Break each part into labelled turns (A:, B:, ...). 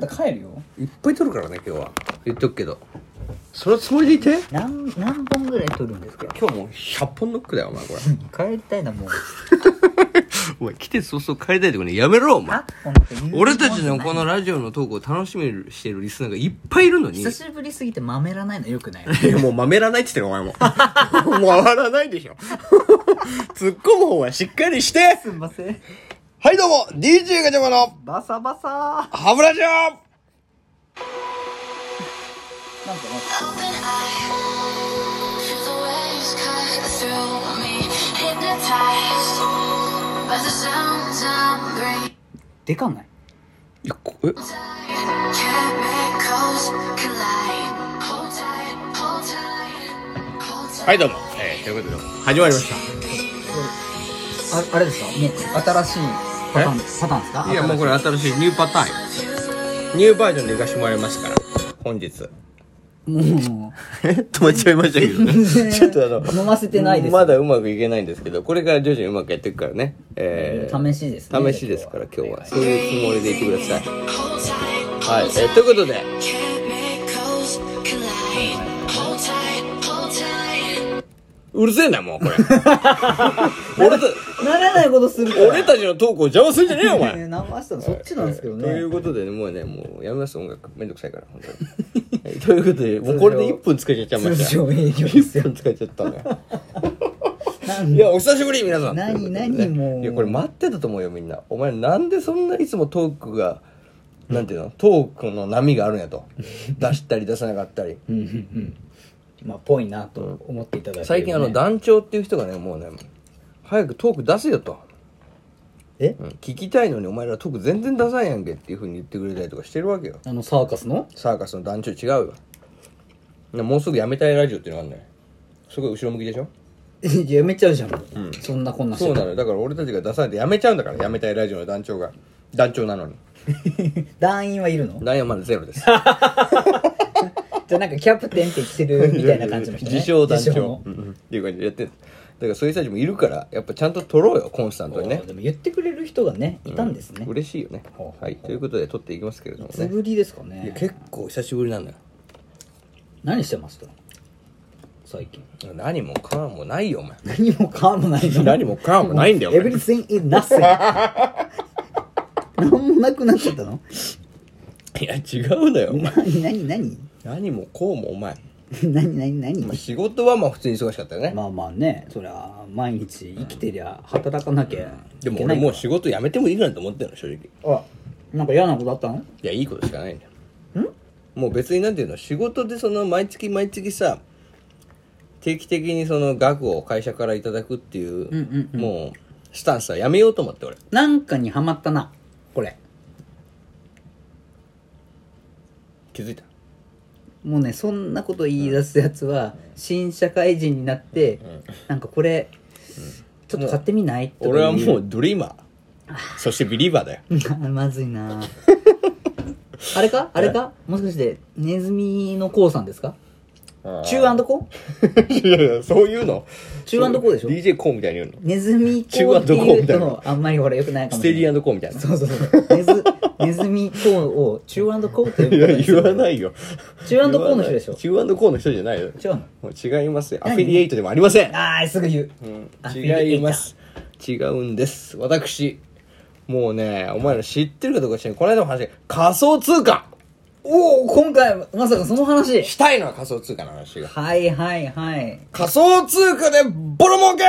A: また帰るよ
B: いっぱい撮るからね今日は言っとくけどそのつもりでいて
A: 何何本ぐらい撮るんですか
B: 今日もう100本ノックだよお前これ
A: 帰りたいなもう
B: お前来て早々帰りたいとこにやめろお前
A: あ本当に
B: 俺たちのこのラジオのトークを楽しみにしてるリスナーがいっ ぱいいるのに
A: 久しぶりすぎてまめらないのよくない
B: いやもうまめらないって言ってるお前 ももう回らないでしょ突っ込む方はしっかりして
A: すんません
B: はいどうも DJ ガチャマの
A: バサバサ
B: ハブラジオ
A: なんかね
C: Open eyes, the waves cut through me, hypnotized by the sounds I'm breathing.
A: でかない
B: いやこえ
C: Chemicals collide. Hold tight, hold tight, hold
B: は
C: tight.
B: いどうも、えー、ということで始まりまし
A: ああれですかもう新しいパターンパターンですか
B: たいやもうこれ新しいニューパターンよニューバージョンでいかしてもらいましたから本日
A: も
B: え止まっちゃいましたけど
A: 全
B: ね
A: 然
B: ちょっとあの
A: 飲ませてないです
B: まだうまくいけないんですけどこれから徐々にうまくやっていくからねえー
A: う試しですね
B: 試しですから
A: 今
B: 今日
A: 日
B: は
A: は
B: そういうつもりでいてください
C: Hold tight,
B: はい、え
C: hold
B: ーということで
C: tight. Chemicals collide. Hold tight, hold tight.
B: うるせえな、もう、これ。 俺た、
A: ならないことするから
B: 俺たちのトークを邪魔すんじゃねえよ、お前。
A: ね生したのそっちなんですけど
B: とい
A: ね
B: うことでね、もうね、もうやめます、音楽。めんどくさいから、本当に。はいということで、もうこれで1分使っちゃいま
A: 通
B: したよ。
A: 常営業です
B: 1
A: よ
B: 分使っちゃったんだよ。
A: なん
B: いや、お久しぶり、皆さん。
A: 何
B: ということでね
A: 何もう
B: いや、これ待ってたと思うよ、みんな。お前、なんでそんないつもトークが、なんていうの、トークの波があるんや と。出したり出さなかったり。
A: うんうんうんまあぽいなと思っていただけるね
B: 最近、あの、団長っていう人がね、もうね、早くトーク出せよと。
A: え
B: うん聞きたいのにお前らトーク全然ダサいやんけっていうふうに言ってくれたりとかしてるわけよ
A: あのサーカスの
B: サーカスの団長違うよなもうすぐやめたいラジオっていうのがあるのよすごい後ろ向きでしょ
A: い ややめちゃうじゃん、そんなこんな
B: そうな
A: の
B: のよだから俺たちがダサいってやめちゃうんだからやめたいラジオの団長が団長なのに
A: 団員はいるの
B: 団員はまだゼロです
A: じゃあなんかキャプテンって着てるみたいな感じの人、ね、
B: 自称団長
A: 自の
B: うんうんっていう感じでやってるだからそういう人たちもいるからやっぱちゃんと取ろうよコンスタントにね
A: おーでも言ってくれる人がねいたんですね、
B: 嬉しいよね
A: ほうほうほう
B: はいということで取っていきますけれども
A: つ
B: ね
A: ぶりですか
B: いや
A: ね
B: 結構久しぶりなんだよ
A: 何してました最近
B: 何もかもないよお 前
A: 何もかもないの
B: 何もかもないんだよお前
A: Everything is nothing 何もなくなっちゃったの
B: いや違うだよお前
A: 何何何
B: 何もこうもお前
A: 何何何
B: まあ仕事はまあ普通に忙しかったよね、
A: まあまあねそりゃ毎日生きてりゃ働かなきゃいけない
B: でも俺もう仕事辞めてもいいかなと思ってるの正直い
A: あなんか嫌なことあったの
B: やいいことしかないんだよもう別になんていうの仕事でその毎月毎月さ定期的にその額を会社からいただくっていう,、
A: ん
B: もうスタンスはやめようと思って俺
A: なんかにはまったなこれ
B: 気づいた
A: もうねそんなこと言い出すやつは新社会人になって、なんかこれ、ちょっと買ってみないとか
B: 俺はも
A: 言
B: うドリーマーそしてビリーバーだよ
A: う まずいなあれかあれかもしかしてネズミのコウさんですか中アンドコウ
B: いやいやそういうの
A: 中アンドコウでしょ
B: DJ コーみたいに言うの
A: ネズミコウって
B: 中アンドコウ
A: い
B: み
A: う
B: たい
A: と
B: な
A: あんまりほらよくないか
B: ス
A: もしれ
B: テ
A: な
B: デ
A: い
B: ィコーみたいな
A: そうそうそう。ネズ、ネズミコーンを中アンドコーンと呼ぶ
B: い
A: こと
B: や
A: にす
B: 言
A: る
B: わないよ
A: 中アンドコーンの人でしょ
B: 中アンドコーの人じゃない
A: 違
B: よ
A: うの
B: もう違いますよアフィリエイトでもありません
A: ああ、すぐ言う。アフィリエイター
B: 違いま。す違うんです私もうねお前ら知ってるかどうか知らないこの間も話した仮想通貨
A: おお、今回、まさかその話。
B: したいのは仮想通貨の話が
A: はいはいはい。
B: 仮想通貨でボロ儲け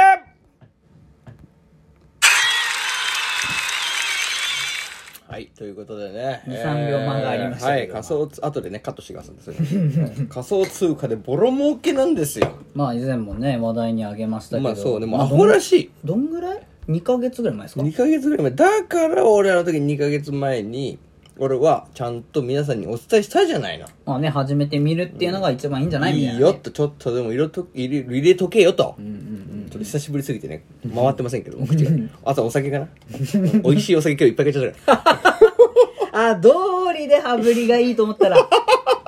B: はい、ということでね。
A: 2 3秒間がありました
B: は
A: け
B: い、
A: ど
B: 仮想通、後でね、カットしてくださいねそ れはい仮想通貨でボロ儲けなんですよ。
A: まあ以前もね、話題にあげましたけど。
B: まあそうね、もう
A: ま
B: ア
A: あ
B: ホらしい。
A: どんぐらい ?2 ヶ月ぐらい前ですか
B: 2ヶ月ぐらい前。だから俺あの時2ヶ月前に、俺はちゃんと皆さんにお伝えしたじゃないの。
A: まあね、始めてみるっていうのが一番いいんじゃないみたいな、
B: いいよっ。て、ちょっとでも入れと入れ入れとけよと。ちょっと久しぶりすぎてね、回ってません けど、お口が。あとお酒かな美味しいお酒今日いっぱい買っちゃったか
A: あ、通りで羽振りがいいと思った ら。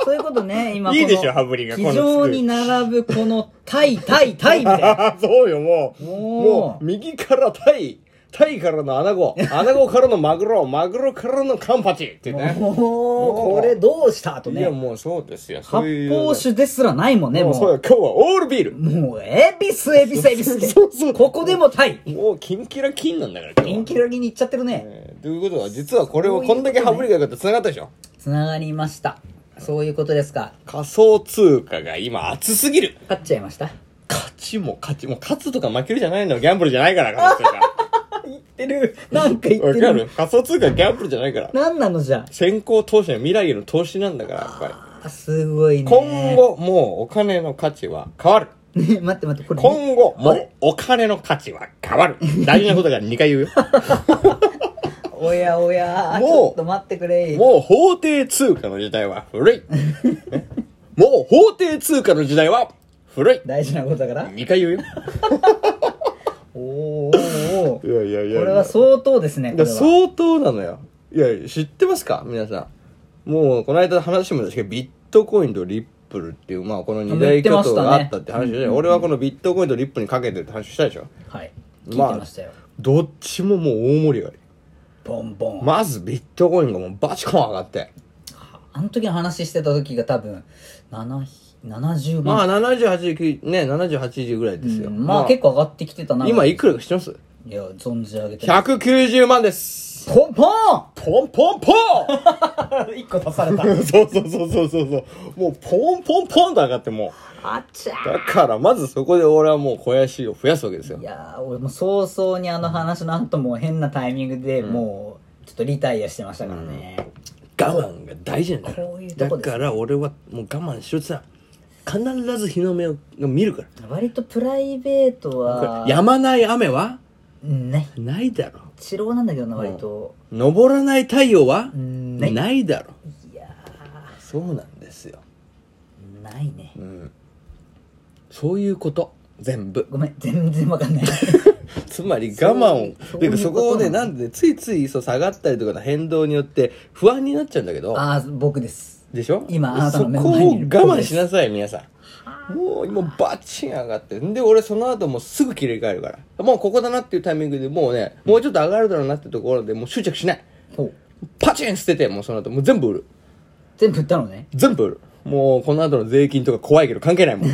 A: そういうことね、今この。
B: いいでしょ羽振りがこの
A: 非常に並ぶ この、タイタイタイみたいな。
B: ら。そうよ、もう。
A: おー
B: もう、右から対、タイからのアナゴ、アナゴからのマグロ、マグロからのカンパチってね。
A: もうこれどうしたと
B: いや
A: ね
B: もうそうですよ。そう
A: 発
B: いう
A: 泡酒ですらないもんね
B: も
A: も
B: うそうよ
A: う
B: 今日はオールビール。
A: もうエビスエビスエビスって
B: そうそう
A: ここでもタイ
B: もうキンキラキンなんだから今日は
A: 人気ラリに行っちゃってるね
B: えーということは実はこれをこんだけ羽振りが良かったら繋がったでしょ
A: つながりましたそういうことですか
B: 仮想通貨が今熱すぎる
A: 勝っちゃいました
B: 勝ちも勝ちもう勝つとか負けるじゃないのギャンブルじゃないから仮 想
A: 言ってるなんか言
B: 通貨
A: っ
B: わ
A: て
B: か
A: る
B: る仮想通貨はギャンブルじゃないから
A: なんなのじゃ
B: 先行投資の未来への投資なんだからやっぱり
A: あすごいね
B: 今後もうお金の価値は変わる
A: ね 待って待ってこれ
B: 今後も
A: あ
B: う
A: れ
B: お金の価値は変わる大事なことが2回言う よ
A: おやおや
B: もう
A: ちょっと待ってくれ
B: もう法定通貨の時代は 古いもう法定通貨の時代は古い
A: 大事なことだから
B: 2回言うよ
A: おーおーおー
B: いやいやいやいや
A: これは相当ですねこれ
B: だ
A: は
B: 相当なのよいやいや知ってますか皆さんもうこの間話もですけどビットコインとリップルっていうまあこの二大巨頭があったって話で、ね俺はこのビットコインとリップルにかけてるって話したでしょ
A: はい聞いて
B: まあ
A: ましたよ、
B: どっちももう大盛り上がり
A: ボンボン、
B: まずビットコインがもうバチコン上がって
A: あの時の話してた時が多分7 70万、
B: まあ78ね78時ぐらいですよ、
A: うんまあ結構上がってきてたな
B: 今い
A: い
B: くらか知ってます
A: や存じ上げてない
B: 190万です
A: ポンポ
B: ポンポンポン
A: ン 一個出された
B: そうそうそうそうそうそうもうポンポンポンと上がってもう
A: あっちゃ
B: だから、まずそこで俺はもう肥やしを増やすわけですよ
A: い。やー俺も早々にあの話の後もう変なタイミングでもうちょっとリタイアしてましたからね、
B: 我慢が大事なんだから
A: こういうと
B: だ
A: こですね
B: から俺はもう我慢しろってさ、必ず日の目を見るか
A: 割とプライベート
B: ら。
A: は
B: やまない雨は
A: ね
B: ないだろ。
A: 治療なんだけどな割と、
B: 昇らない太陽は
A: んない
B: ないだろ。
A: いや
B: そうなんですよ。
A: ーないね
B: うん。そういうこと。全 部。
A: ごめん全然わかんない
B: つまり我慢
A: そ
B: を。
A: う
B: でそこを
A: そうい
B: ね、
A: うことな
B: なんでね、ついついそう下がったりとかの変動によって不安になっちゃうんだけど。
A: ああ僕です
B: でしょ
A: 今あなたの目の
B: そこ
A: 前
B: を
A: にい
B: 我
A: る
B: 慢しなさい皆さんもう今バチン上がってんで俺その後もうすぐ切り替えるからもうここだなっていうタイミングでもうねもうちょっと上がるだろうなってところでもう執着しない
A: ほう
B: パチン捨ててもうその後もう全部売る
A: 全部売ったのね
B: 全部売るもうこの後の税金とか怖いけど関係な いもん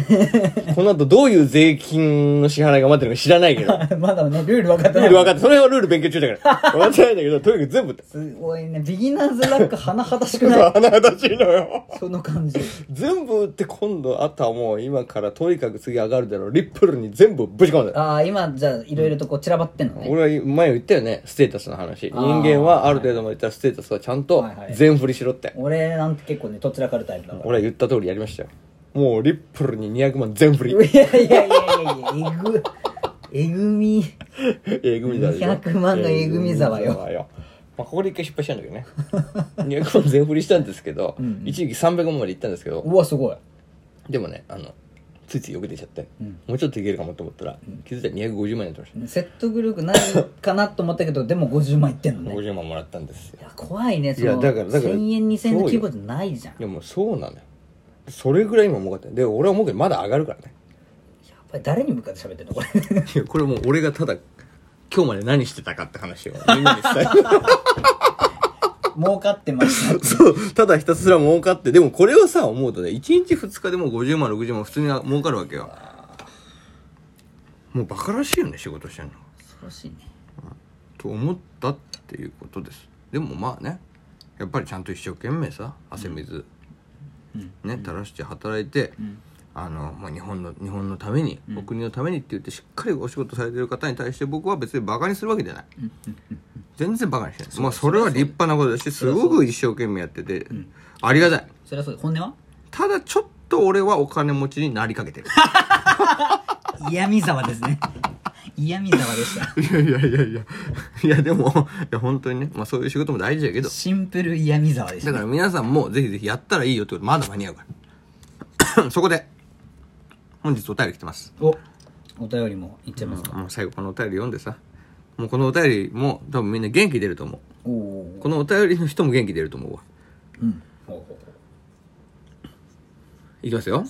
B: この後どういう税金の支払いが待ってるのか知らない けど
A: まだねルール分かって
B: ル
A: な
B: ー
A: い
B: ル分かってその辺はルール勉強中 だから分かってないんだけどとにかく全部売った
A: すごいねビギナーズラック甚だしくない
B: 鼻が立ちいのよ
A: その感じ
B: 全部売って今度あとはもう今からとにかく次上がるだろうリップルに全部ぶち込んで
A: ああ今じゃあいろいろとこう散らばってんのね
B: 俺は前言ったよねステータスの話人
A: あー
B: 間はある程度までいったらステータスはちゃんと
A: はいはい
B: 全振りしろって、
A: 俺なんて結構ねとっちらかるタイプだから
B: 俺は言った通りやりましたよもうリップルに200万全振り
A: いやいやいやいやいやえぐえぐみ
B: えぐみ沢でしょ
A: 200万のえぐみ沢よ
B: えぐみまあ、ここで一回失敗したんだけどね200万全振りしたんですけど、一時期300万まで行ったんですけど
A: うわすごい
B: でもねあのついついよけてきちゃって、もうちょっといけるかもと思ったら気づいたら250万円やってました、
A: 説得力ないかなと思ったけどでも50万いってんのね
B: 50万もらったんですよ
A: いや怖いねその
B: いやだからだから
A: 1000円2000円の規模じゃないじゃん
B: いやもうそうなのよそれぐらい今儲かってるで俺は思うけどまだ上がるからね
A: やっぱり誰に向かって喋ってんの これ
B: いやこれもう俺がただ今日まで何してたかって話 をみんなに伝える
A: 儲かってました
B: そうただひたすら儲かってでもこれをさ思うとね1日2日でもう50万60万普通に儲かるわけよもうバカらしいよね仕事してんの
A: 恐ろしいね
B: と思ったっていうことですでもまあねやっぱりちゃんと一生懸命さ汗水、ね垂らして働いて、あのまあ、日本の日本のために、お国のためにって言ってしっかりお仕事されてる方に対して僕は別にバカにするわけじゃない、全然バカにしてないまあ、それは立派なことだしすごく一生懸命やってて、ありがたい
A: そりゃそうだ本音は
B: ただちょっと俺はお金持ちになりかけてる
A: 嫌味沢ですね嫌味沢でした
B: いやいやいやいやいやでもいや本当にね、まあ、そういう仕事も大事だけど
A: シンプル嫌味沢でした
B: だから皆さんもぜひぜひやったらいいよってことまだ間に合うから そこで本日お便り来てます
A: おお便りもいっちゃいますか、
B: もう最後このお便り読んでさもうこのお便りも多分みんな元気出ると思う
A: おお
B: このお便りの人も元気出ると思うわ
A: うんほうほうほ
B: いきますよ、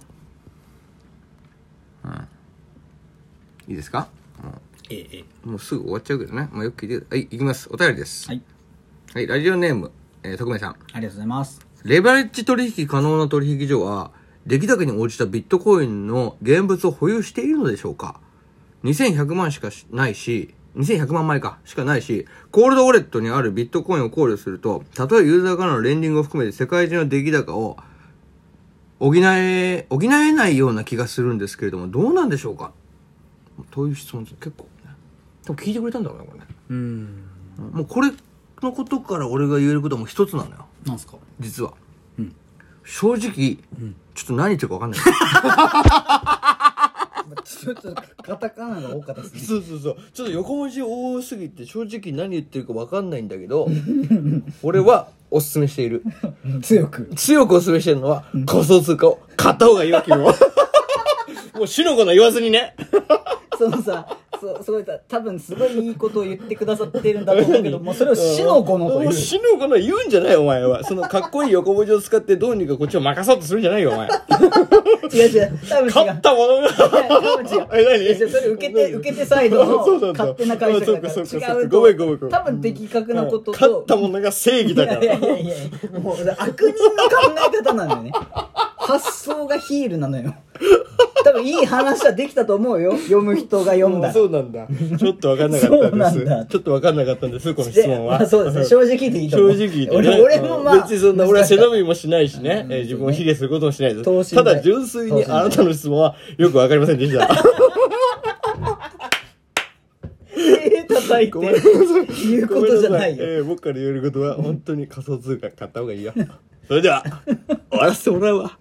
B: うん、いいですか、うん
A: ええええ
B: もうすぐ終わっちゃうけどね、まあ、よく聞いてはい行きますお便りです
A: は
B: はい、
A: い
B: ラジオネーム、えー、徳明さん
A: ありがとうございます
B: レバレッジ取引可能な取引所は、出来高に応じたビットコインの現物を保有しているのでしょうか ?2100 万しかしないし、2100万枚か、しかないし、コールドウォレットにあるビットコインを考慮すると、たとえユーザーからのレンディングを含めて世界中の出来高を補え、補えないような気がするんですけれども、どうなんでしょうかという質問です結構ね。多分聞いてくれたんだろうね、これね。
D: うん
B: もうこれのことから俺が言えることはもう一つなのよ。
A: なんすか
B: 実は、
A: うん
B: 正直、ちょっと何言ってるか分かんない
D: ちょっとカタカナが多かったですね
B: そうそうそうちょっと横文字多すぎて正直何言ってるか分かんないんだけ ど俺はおすすめしている
D: 強く
B: 強くおすすめしてるのは仮想通貨を買った方がいいわけよ もう死の子の言わずに ね
D: そのさそすごいた多分すごいいいことを言ってくださってるんだと思うけどもうそれを死の子のとい
B: も
D: う
B: う死の子の言うんじゃないよお前はそのかっこいい横文字を使ってどうにかこっちを任そうとするんじゃない よお前
D: 違う違う多分違う
B: 買ったものが
D: いや多分違う
B: え何
D: いやそれ受けて受けてサイド
B: そうそうそ
D: の
B: う
D: 勝手な解釈だか
B: そうそうそう
D: ら違うと
B: ごめんごめんごめん
D: 多分的確なことと
B: 買ったものが正義だから
D: いやいやいやいやもう俺悪人の考え方なんだよね発想がヒールなのよ多分いい話はできたと思うよ読む人が読んだら
B: そうなんだ。ちょっとわかんなかったんです。
D: そうなんだ
B: ちょっとわかんなかったんです、この質
D: で
B: 問
D: まあ
B: は。
D: そうですね正直でいいと
B: 正
D: 思う
B: 直言ってね
D: 俺俺もまあ
B: 別にそんな俺は背伸
D: び
B: びもしないしね、えー自分を卑下することもしないで
D: 等
B: す。
D: 身大
B: ただ純粋に
D: 等身大
B: あなたの質問はよくわかりませんで した。
D: 叩いて
B: ごめん
D: 言うことじゃない
B: ごめんさ
D: よ
B: えー僕から言えることは本当に仮想通貨買った方がいいよ。それでは、終わらせてもらうわ。